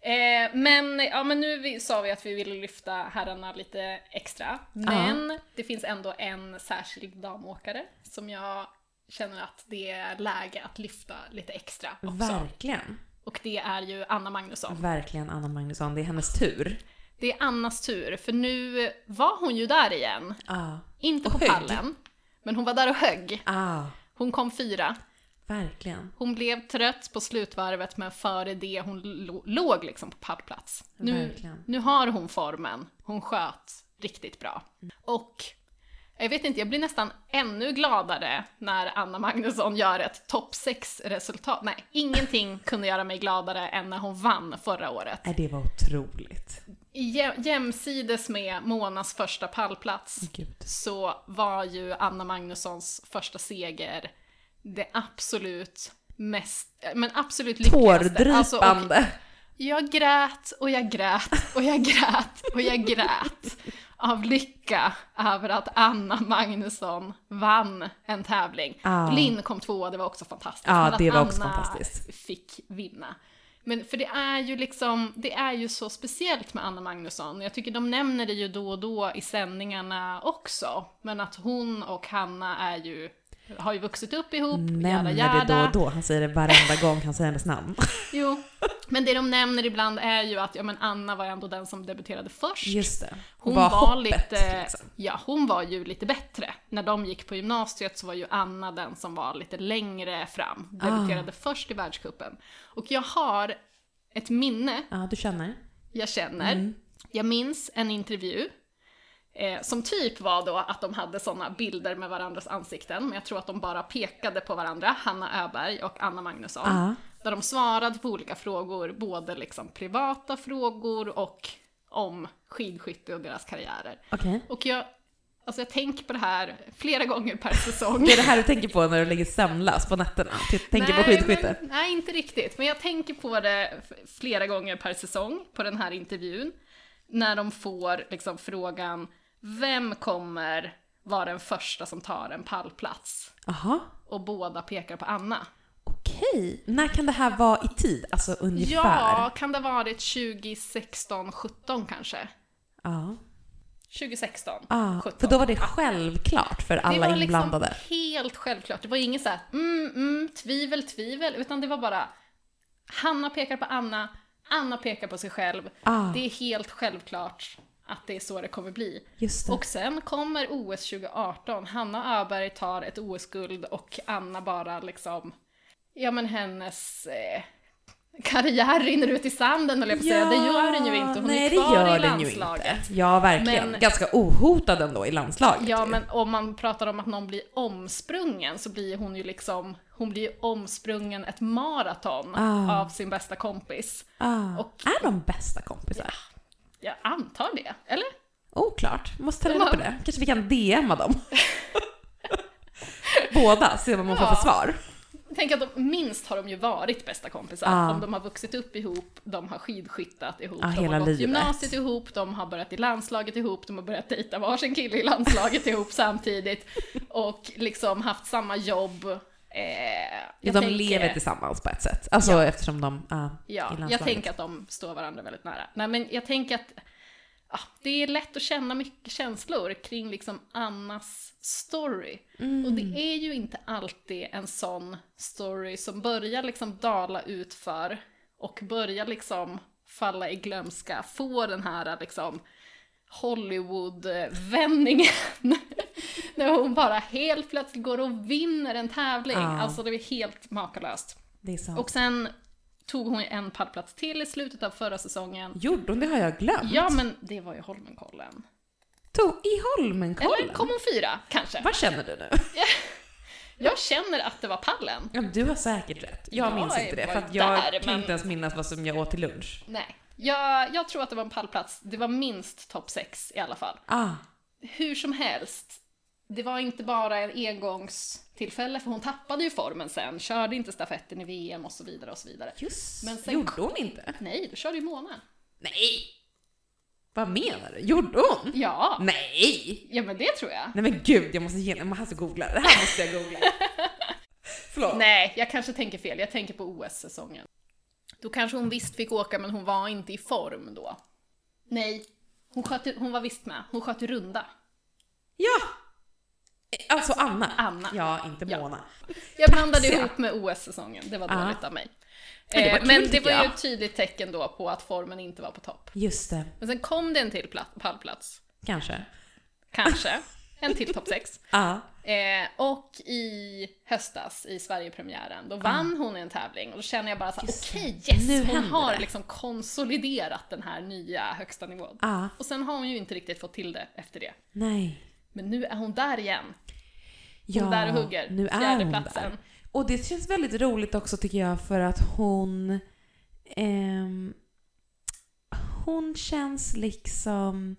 Eh, men, ja, men nu vi- sa vi att vi ville lyfta herrarna lite extra. Men det finns ändå en särskild damåkare som jag känner att det är läge att lyfta lite extra också.
Verkligen.
Och det är ju Anna Magnusson.
Verkligen Anna Magnusson, det är hennes tur.
Det är Annas tur, för nu var hon ju där igen.
Ja.
Inte
Och
på
högg.
pallen, men hon var där och högg.
Ah,
Hon kom fyra.
verkligen.
Hon blev trött på slutvarvet, men före det hon lo- låg liksom på pallplats. Nu,
Verkligen.
nu har hon formen. Hon sköt riktigt bra. Och jag vet inte, jag blir nästan ännu gladare när Anna Magnusson gör ett topp 6-resultat. Nej, ingenting kunde göra mig gladare än när hon vann förra året.
Nej, det var otroligt.
Jä- Jämsides med Monas första pallplats
Gud.
så var ju Anna Magnussons första seger det absolut mest, eh, men absolut lyckligaste. Alltså, och
Tårdrypande.
jag grät och jag grät och jag grät och jag grät av lycka över att Anna Magnusson vann en tävling.
Ja.
Linn kom tvåa, det var också fantastiskt.
Ja,
men att
det var också
Anna
fantastiskt.
fick vinna. Men för det är ju liksom, det är ju så speciellt med Anna Magnusson. Jag tycker de nämner det ju då och då i sändningarna också. Men att hon och Hanna är ju, har ju vuxit upp ihop,
Nämner det då och då. Han säger det varenda gång han säger hennes namn.
Jo, men det de nämner ibland är ju att ja, men Anna var ändå den som debuterade först.
Just det.
hon var,
Vad hoppet,
lite,
liksom.
ja, hon var ju lite bättre. När de gick på gymnasiet så var ju Anna den som var lite längre fram.
Ah.
Debuterade först i världscupen. Och jag har ett minne
Ja, du känner.
jag känner. Jag minns en intervju eh, som typ var då att de hade såna bilder med varandras ansikten, men jag tror att de bara pekade på varandra, Hanna Öberg och Anna Magnusson.
Ja.
Där de svarade på olika frågor, både liksom privata frågor och om skidskytte och deras karriärer.
Okej.
Och jag, alltså jag tänker på det här flera gånger per säsong.
Det är det här du tänker på när du ligger sömnlös på nätterna? Ty- Tänker på
Nej,
skidskytte?
Men, nej, inte riktigt. Men jag tänker på det f- flera gånger per säsong på den här intervjun. När de får liksom frågan, vem kommer vara den första som tar en pallplats?
Jaha,
Och båda pekar på Anna.
okej. När kan det här vara i tid? Alltså ungefär?
Ja, kan det ha varit 2016, 17 kanske?
Ja.
2016,
Ah,
17.
för då var det självklart för alla
det var
inblandade.
liksom helt självklart. Det var inget så här, mm, mm, tvivel, tvivel, utan det var bara Hanna pekar på Anna, Anna pekar på sig själv.
Ah.
Det är helt självklart att det är så det kommer bli.
Just det.
Och sen kommer OS 2018, Hanna Öberg tar ett OS-guld och Anna bara liksom, ja men hennes eh, karriär rinner ut i sanden höll jag på att säga. Det gör den ju inte, hon
nej,
är
det
kvar
gör
i
den ju
landslaget.
inte. Ja, verkligen.
Men-
Ganska ohotad ändå i landslaget.
Ja,
ju.
men om man pratar om att någon blir omsprungen så blir hon ju liksom, hon blir ju omsprungen ett maraton
Ah.
av sin bästa kompis.
Ah.
och-
Är de bästa kompisar?
Jag antar det, eller?
Oklart. Måste ta reda
Ja.
på det. Kanske vi kan DMa dem. Båda, se vad man får
Ja.
för svar.
Tänk att de, minst har de ju varit bästa kompisar.
Ah.
Om de har vuxit upp ihop, de har skidskyttat ihop,
Ah,
de
hela
har gått
livet.
gymnasiet ihop, de har börjat i landslaget ihop, de har börjat dejta varsin kille i landslaget ihop samtidigt och liksom haft samma jobb. Eh,
Ja,
jag
de
tänker-
lever tillsammans på ett sätt. Alltså eftersom de ah, i
Ja,
landslaget.
jag tänker att de står varandra väldigt nära. Nej, men jag tänker att ja, det är lätt att känna mycket känslor kring liksom Annas story. Och
Mm.
det är ju inte alltid en sån story som börjar liksom dala utför och börjar liksom falla i glömska, få den här liksom Hollywood-vändningen. När hon bara helt plötsligt går och vinner en tävling.
Ja.
Alltså det är helt makalöst.
Det är sant.
Och sen tog hon ju en pallplats till i slutet av förra säsongen.
Gjorde hon det har jag glömt.
Ja, men det var ju Holmenkollen.
Tog i Holmenkollen.
Eller kom hon fyra, kanske?
Vad känner du nu?
Jag känner att det var pallen.
Ja, du har säkert rätt. Jag,
Jag
minns inte det,
var
för att
ju
jag
där,
kan
men-
inte ens minnas vad som jag åt till lunch.
Nej. Jag, jag tror att det var en pallplats. Det var minst topp 6 i alla fall.
Ah,
Hur som helst, det var inte bara en engångstillfälle, för hon tappade ju formen sen. Körde inte stafetten i VM och så vidare och så vidare.
just
Men sen-
Gjorde hon inte?
Nej, då körde ju Mona.
Nej! Vad menar du? Gjorde hon? Mm.
Ja,
Nej!
ja men det tror jag.
Nej men gud, jag måste ge... Jag måste googla. Det här måste jag googla. Förlåt.
Nej, jag kanske tänker fel. Jag tänker på OS-säsongen. Då kanske hon visst fick åka, men hon var inte i form då. Nej, hon, sköt, ju- hon var visst med. Hon sköt ju runda.
Ja! Alltså Anna.
Anna.
Ja, inte
Ja.
Mona.
Jag blandade
Taxiga.
ihop med OS-säsongen. Det var
Ja.
dåligt av mig.
Men det var
Eh,
kul,
Men det
tycker
var ju
jag.
ett tydligt tecken då på att formen inte var på topp.
Just det,
Men sen kom det en till pla- pallplats.
kanske. Ah,
Kanske. En till topp 6.
Ja.
Eh, och i höstas, i Sverigepremiären, då vann hon en tävling och då känner jag bara såhär,
Ah. Just det.
okej yes!
Nu
hon
händer
har
det.
liksom konsoliderat den här nya högsta nivån.
Ja.
Och sen har hon ju inte riktigt fått till det efter det.
ah, Nej.
Men nu är hon där igen.
Ja,
där och hugger.
Nu är hon
Fjärdeplatsen.
där. Och det känns väldigt roligt också tycker jag för att hon... ehm, hon känns liksom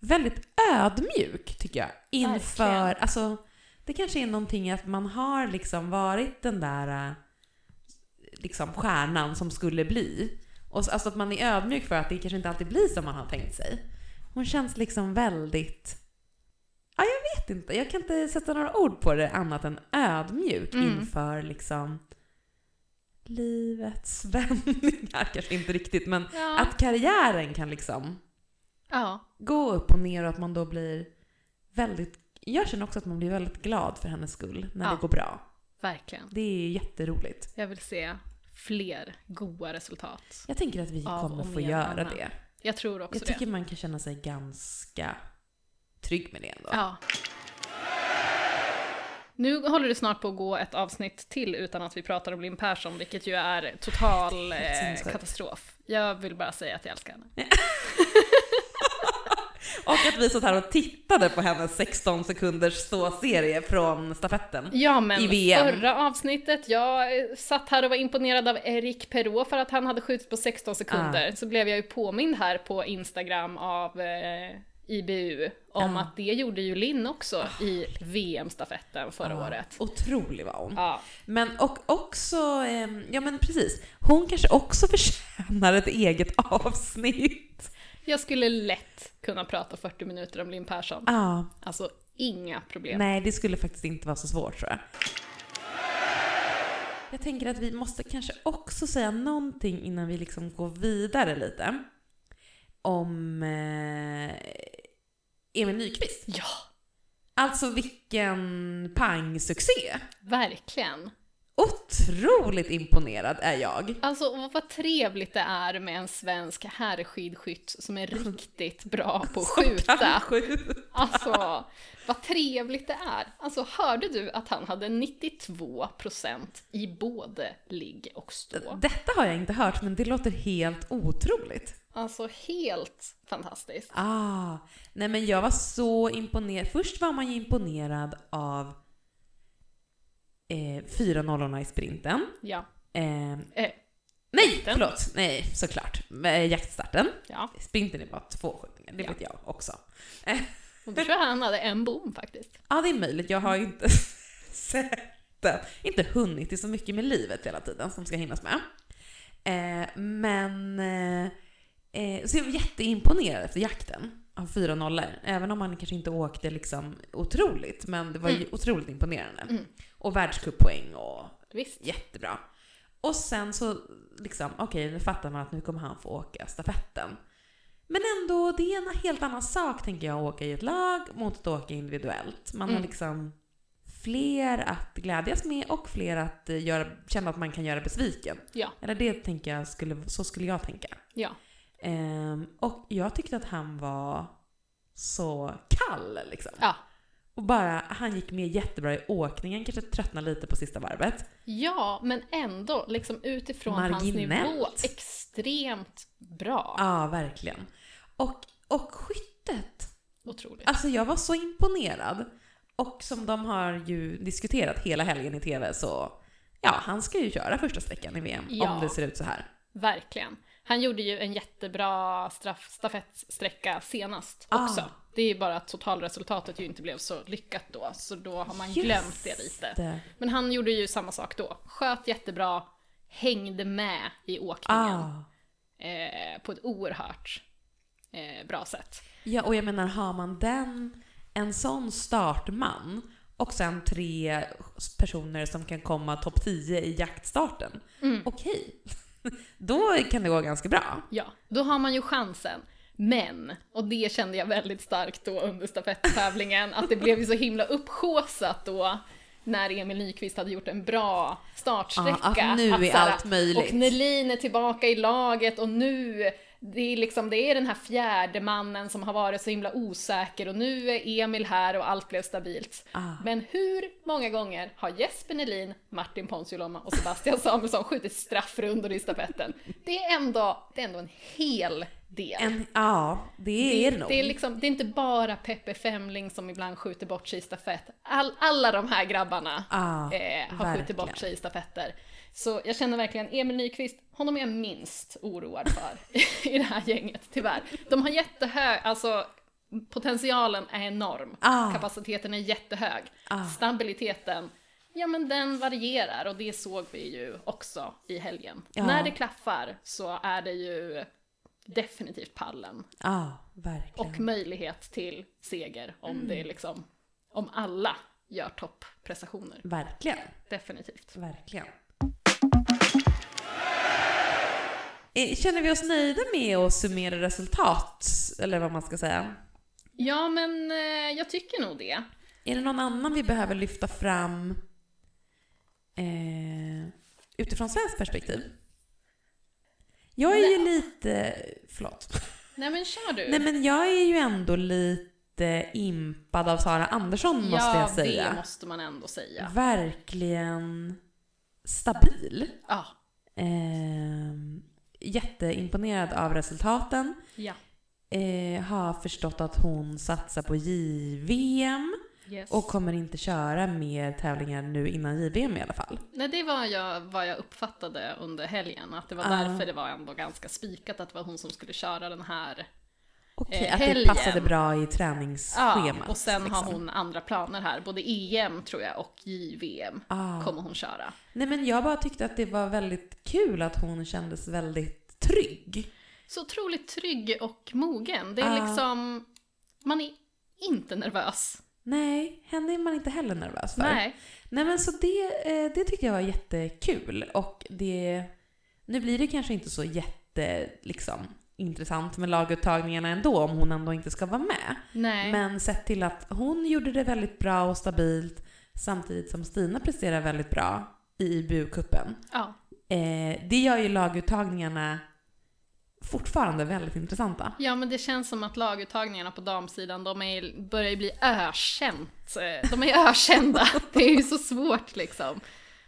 väldigt ödmjuk tycker jag. Inför,
Verkligen.
alltså det kanske är någonting att man har liksom varit den där eh, liksom stjärnan som skulle bli. Och så, alltså att man är ödmjuk för att det kanske inte alltid blir som man har tänkt sig. Hon känns liksom väldigt... Ja, jag vet inte. Jag kan inte sätta några ord på det annat än ödmjuk
Mm.
inför liksom livets vändningar. Kanske inte riktigt, men
Ja.
att karriären kan liksom
ja.
gå upp och ner och att man då blir väldigt... Jag känner också att man blir väldigt glad för hennes skull när
Ja.
det går bra.
Verkligen.
Det är jätteroligt.
Jag vill se fler goa resultat.
Jag tänker att vi
Av
kommer
och
få
med
göra
Anna.
det.
Jag tror också
Jag
det.
tycker man kan känna sig ganska trygg med det ändå.
Ja. Nu håller det snart på att gå ett avsnitt till utan att vi pratar om Linn Persson, vilket ju är total eh,
sinnessjukt.
katastrof. Jag vill bara säga att jag älskar henne.
Och att vi satt här och tittade på hennes 16 sekunders ståserie från stafetten.
Ja, men
I VM.
förra avsnittet, jag eh, satt här och var imponerad av Erik Perrault för att han hade skjutit på 16 sekunder.
Ah.
Så blev jag ju påmind här på Instagram av eh, IBU om
Ah.
att det gjorde ju Linn också i VM-stafetten förra
Ah.
året.
Otrolig var hon.
Ja,
Men och också, ehm, ja men precis, hon kanske också förtjänar ett eget avsnitt.
jag skulle lätt kunna prata 40 minuter om Linn Persson.
Ja,
Alltså inga problem.
nej det skulle faktiskt inte vara så svårt tror jag. Jag tänker att vi måste kanske också säga någonting innan vi liksom går vidare lite. Om eh, Emil Nyqvist.
Ja,
Alltså vilken pangsuccé!
verkligen.
Otroligt imponerad är jag.
Alltså och vad trevligt det är med en svensk herrskidskytt som är riktigt bra på att skjuta.
Skjuta.
Alltså, vad trevligt det är. Alltså, hörde du att han hade 92% i både ligg och stå?
Detta har jag inte hört, men det låter helt otroligt.
Alltså, helt fantastiskt.
Ah, nej men jag var så imponerad. Först var man ju imponerad av eh, fyra nollorna i sprinten.
Ja.
Eh,
Eh,
nej, förlåt. Nej, såklart. Eh, jaktstarten.
ja.
Sprinten är bara två skjutningar, det
Ja.
vet jag också.
Och då tror jag han hade en bom faktiskt.
Ja, det är möjligt. Jag har ju inte sett den. Inte hunnit. Det är så mycket med livet hela tiden som ska hinnas med. Eh, men... Eh, eh, så jag var jätteimponerad efter jakten av fyra nollor. Även om man kanske inte åkte liksom otroligt. Men det var ju otroligt imponerande.
Mm.
Och världscuppoäng och
Visst.
jättebra. Och sen så liksom, okej nu fattar man att nu kommer han få åka stafetten. Men ändå, det är en helt annan sak tänker jag, att åka i ett lag mot att åka individuellt. Man har
Mm.
liksom fler att glädjas med och fler att eh, göra, känna att man kan göra besviken.
Ja.
Eller det tänker jag, skulle, så skulle jag tänka.
Ja.
Ehm, och jag tyckte att han var så kall liksom.
Ja.
Och bara, han gick med jättebra i åkningen, kanske tröttnade lite på sista varvet.
Ja, men ändå, liksom utifrån hans
Marginellt.
nivå, extremt bra.
Ja, verkligen. Och, och skyttet.
Otroligt.
Alltså jag var så imponerad. Och som de har ju diskuterat hela helgen i TV så, ja, han ska ju köra första sträckan i VM
Ja.
om det ser ut så här.
Verkligen. Han gjorde ju en jättebra straff, stafettsträcka senast
Ah.
också. Det är ju bara att totalresultatet ju inte blev så lyckat då, så då har man
Just
glömt det lite.
det.
Men han gjorde ju samma sak då. Sköt jättebra, hängde med i åkningen
Ah.
eh, på ett oerhört eh, bra sätt.
Ja, och jag menar, har man den, en sån startman och sen tre personer som kan komma topp 10 i jaktstarten,
Mm.
okej, då kan det gå ganska bra.
Ja, då har man ju chansen. Men, och det kände jag väldigt starkt då under stafetttävlingen, att det blev ju så himla upphaussat då när Emil Nyqvist hade gjort en bra startsträcka.
Ja, att nu är
så här,
allt möjligt.
Och Nelin är tillbaka i laget och nu, det är liksom, det är den här fjärde mannen som har varit så himla osäker och nu är Emil här och allt blev stabilt.
Ah.
Men hur många gånger har Jesper Nelin, Martin Ponsioloma och Sebastian Samuelsson skjutit straffrundor i stafetten? Det är ändå, det är ändå en hel del.
En, ja, det är det nog.
Det är, liksom, det är inte bara Peppe Femling som ibland skjuter bort sig i stafett. All, alla de här grabbarna
Ja,
eh, har skjutit
verkligen.
bort sig i stafetter. Så jag känner verkligen Emil Nyqvist, honom är jag minst oroad för i det här gänget, tyvärr. De har jättehög, alltså potentialen är enorm,
Ah.
kapaciteten är jättehög,
Ah.
stabiliteten Ja men den varierar och det såg vi ju också i helgen.
Ja.
När det klaffar så är det ju definitivt pallen
Ja, verkligen. Mm.
och möjlighet till seger om det liksom, om alla gör topprestationer.
Verkligen,
Definitivt.
verkligen. Eh, Känner vi oss nöjda med att summera resultat, eller vad man ska säga?
Ja, men eh, jag tycker nog det.
Är det någon annan vi behöver lyfta fram eh, utifrån svenskt perspektiv? Jag är ju lite, förlåt.
Nej men kör du.
Nej men jag är ju ändå lite impad av Sara Andersson måste jag
Ja,
säga.
det måste man ändå säga.
Verkligen stabil.
Ja.
Eh, jätteimponerad av resultaten.
Ja.
Eh, har förstått att hon satsar på JVM.
Yes.
Och kommer inte köra mer tävlingar nu innan JVM i alla fall.
Nej, det var jag, vad jag uppfattade under helgen, att det var
Ja.
därför det var ändå ganska spikat att det var hon som skulle köra den här
Okej,
Eh,
att
helgen.
det passade bra i träningsschemat.
Ja, och sen har
Ah, liksom.
hon andra planer här, både EM tror jag och JVM
Ah.
kommer hon köra.
Nej men jag bara tyckte att det var väldigt kul att hon kändes väldigt trygg.
så otroligt trygg och mogen. Det är
Ja.
liksom, man är inte nervös.
Nej, henne är man inte heller nervös för.
Nej.
Nej men så det, eh, det tyckte jag var jättekul och det... Nu blir det kanske inte så jätte, liksom, intressant med laguttagningarna ändå om hon ändå inte ska vara med.
Nej.
Men sett till att hon gjorde det väldigt bra och stabilt samtidigt som Stina presterar väldigt bra i IBU-cupen.
Ja.
Eh, det gör ju laguttagningarna fortfarande väldigt intressanta.
ja, men det känns som att laguttagningarna på damsidan, de är, börjar ju bli ökänt. Eh, De är ökända. det är ju så svårt liksom.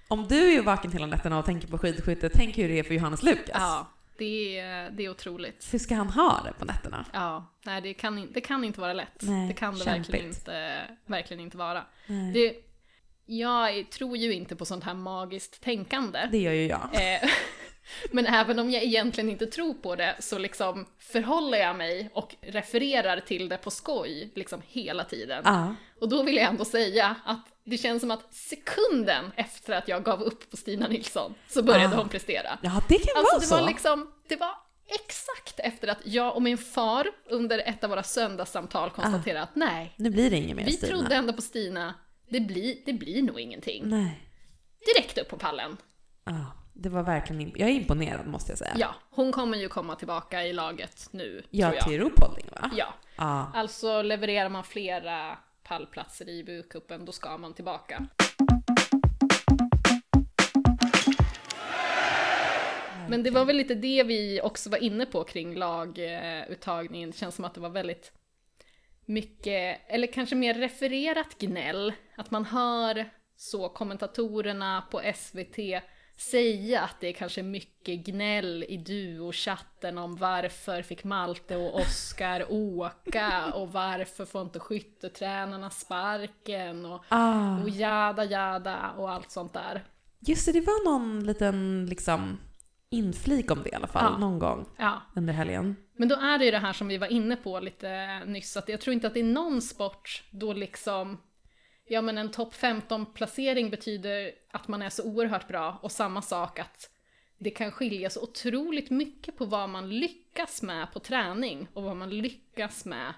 Om du är vaken hela nätterna och tänker på skidskytte, tänk hur det är för Johannes Lukas.
Ja, det är, det är otroligt.
Hur ska han ha det på nätterna?
Ja, nej det kan, in- det kan inte vara lätt.
Nej,
det kan det verkligen
kämpigt.
inte, verkligen inte vara.
Nej.
Det, jag tror ju inte på sånt här magiskt tänkande.
Det gör ju jag.
Eh, Men även om jag egentligen inte tror på det så liksom förhåller jag mig och refererar till det på skoj liksom hela tiden.
Ja.
Och då vill jag ändå säga att det känns som att sekunden efter att jag gav upp på Stina Nilsson så började
Ah.
hon prestera.
ja, det kan
Alltså
vara så.
det var liksom, det var exakt efter att jag och min far under ett av våra söndagssamtal konstaterade att nej,
Nu blir det inget mer
vi
Ah. Stina.
trodde ändå på Stina, det blir, det blir nog ingenting.
Nej.
Direkt upp på pallen.
Ja. Det var verkligen, imp- jag är imponerad måste jag säga.
Ja, hon kommer ju komma tillbaka i laget nu,
Ah. Ja,
tror jag.
till Rupolding va?
Ja,
Ja.
alltså levererar man flera pallplatser i bu-cupen, då ska man tillbaka. Men det var väl lite det vi också var inne på kring laguttagningen. Det känns som att det var väldigt mycket, eller kanske mer refererat gnäll. Att man hör så kommentatorerna på SVT säga att det är kanske mycket gnäll i duochatten om varför fick Malte och Oskar åka och varför får inte skyttetränarna sparken och,
Ah.
och jada jada och allt sånt där.
Just det, det var någon liten liksom inflik om det i alla fall,
Ja.
någon gång
Ja.
under helgen.
Men då är det ju det här som vi var inne på lite nyss, att jag tror inte att det är någon sport då liksom, ja men en topp 15-placering betyder att man är så oerhört bra och samma sak att det kan skilja så otroligt mycket på vad man lyckas med på träning och vad man lyckas med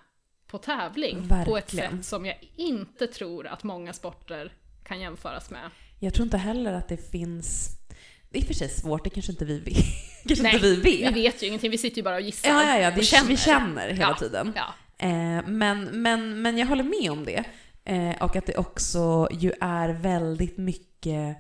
på tävling på ett
Verkligen.
sätt som jag inte tror att många sporter kan jämföras med.
Jag tror inte heller att det finns... Det är i och för sig svårt, det kanske inte vi vet. kanske
Nej,
inte vi vet.
Vi vet ju ingenting, vi sitter ju bara och gissar.
Ja, ja, ja, vi
och
känner, vi känner hela
Ja.
tiden.
Ja.
Eh, men, men, men jag håller med om det. Eh, och att det också ju är väldigt mycket,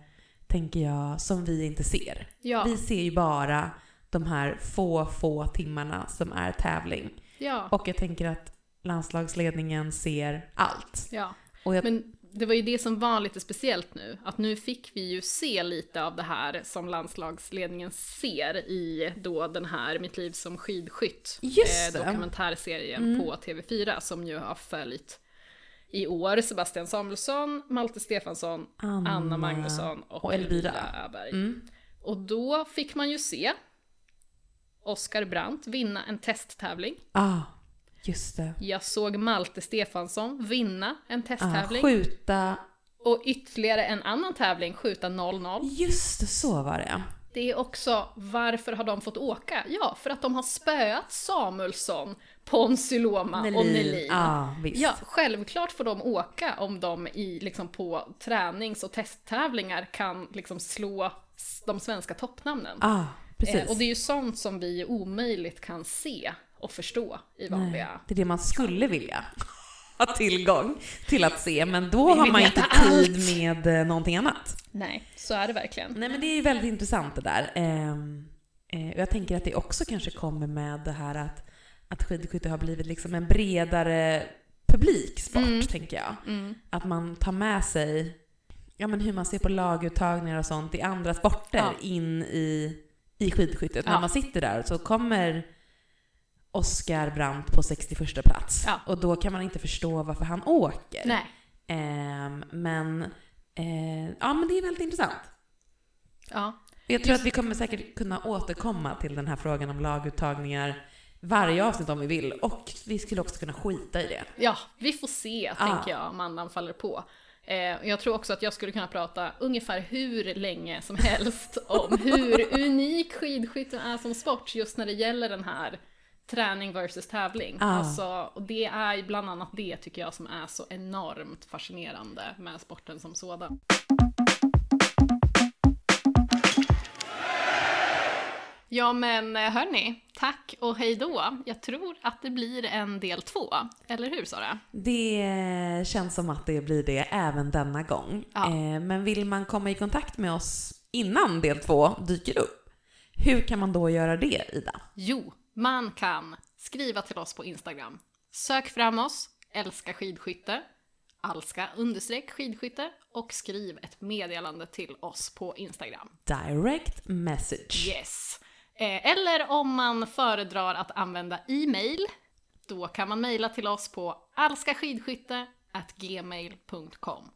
tänker jag, som vi inte ser.
Ja.
Vi ser ju bara de här få, få timmarna som är tävling.
ja.
Och jag tänker att landslagsledningen ser allt.
ja.
Och jag,
Men det var ju det som var lite speciellt nu, att nu fick vi ju se lite av det här som landslagsledningen ser i då den här Mitt liv som skidskytt eh,
Just det. Mm.
dokumentärserien på TV4 som ju har följt i år Sebastian Samuelsson, Malte Stefansson,
Anna
Anna, Magnusson och,
och Elvira.
Elvira Öberg.
mm,
Och då fick man ju se Oscar Brandt vinna en testtävling.
ah, just det.
Jag såg Malte Stefansson vinna en
Ah,
testtävling.
skjuta.
Och ytterligare en annan tävling, skjuta 0-0.
Just det, så var det.
Det är också, varför har de fått åka? Ja, för att de har spöat Samuelsson, Ponsiloma och Nelin.
Ah, visst.
Ja, självklart får de åka om de i, liksom, på tränings och testtävlingar kan liksom, slå s- de svenska toppnamnen.
Ah, precis.
Eh, och det är ju sånt som vi omöjligt kan se och förstå i vanliga...
Nej, det är det man skulle vilja ha tillgång till att se, men då
Vi
har
vill
man inte
veta
tid med eh, någonting annat. Mm.
Nej, så är det verkligen.
Nej men det är ju väldigt intressant det där. Ehm, eh, och jag tänker att det också kanske kommer med det här att, att skidskytte har blivit liksom en bredare publiksport, tänker jag.
Mm.
Att man tar med sig ja, men hur man ser på laguttagningar och sånt i andra sporter
Ja.
in i, i skidskyttet.
Ja.
När man sitter där så kommer Oscar Brandt på 61 plats.
Ja.
Och då kan man inte förstå varför han åker.
Nej.
Ehm, men, eh, ja, men det är väldigt intressant.
Ja.
Jag tror att vi kommer säkert kunna återkomma till den här frågan om laguttagningar varje avsnitt om vi vill. Och vi skulle också kunna skita i det.
Ja, vi får se,
Ah.
tänker jag, om andan faller på. Eh, och jag tror också att jag skulle kunna prata ungefär hur länge som helst om hur unik skidskytten är som sport just när det gäller den här träning versus tävling.
Ah.
Alltså, och det är bland annat det tycker jag som är så enormt fascinerande med sporten som sådan. Ja men eh, hörni, tack och hej då. Jag tror att det blir en del två, eller hur Sara?
Det känns som att det blir det även denna gång.
Ja.
Eh, Men vill man komma i kontakt med oss innan del två dyker upp, hur kan man då göra det, Ida?
Jo, man kan skriva till oss på Instagram. Sök fram oss, älska skidskytte, alska understreck skidskytte och skriv ett meddelande till oss på Instagram.
Direct message.
Yes! Eh, Eller om man föredrar att använda e-mail, då kan man mejla till oss på alskaskidskytte@gmail.com.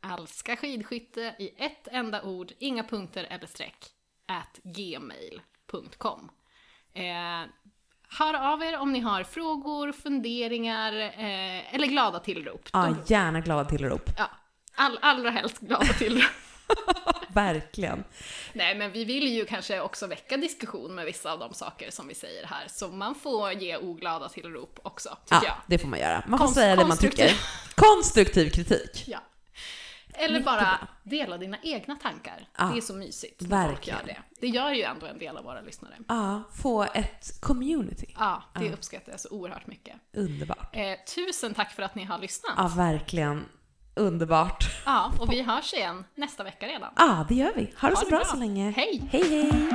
Alska skidskytte i ett enda ord, inga punkter eller streck, at gmail.com. Eh, hör av er om ni har frågor, funderingar eh, eller glada tillrop.
Ja, gärna glada tillrop.
Ja, all, allra helst glada tillrop.
Verkligen.
Nej, men vi vill ju kanske också väcka diskussion med vissa av de saker som vi säger här, så man får ge oglada tillrop också, tycker
Ja,
jag.
det får man göra. Man får
Konst-
säga det man
konstruktiv-
tycker. Konstruktiv kritik.
Ja. Eller
Mycket
bara
bra.
dela dina egna tankar.
Ja,
det är så mysigt när folk gör
verkligen.
det. Det gör ju ändå en del av våra lyssnare.
Ja, få ett community.
Ja, det uppskattar jag så oerhört mycket.
Underbart.
Eh, tusen tack för att ni har lyssnat. Ja.
Ja, verkligen underbart.
och vi hörs igen nästa vecka redan.
Ja, det gör vi. Ha det
Ha
så
det
bra
bra.
så länge.
Hej!
Hej, hej.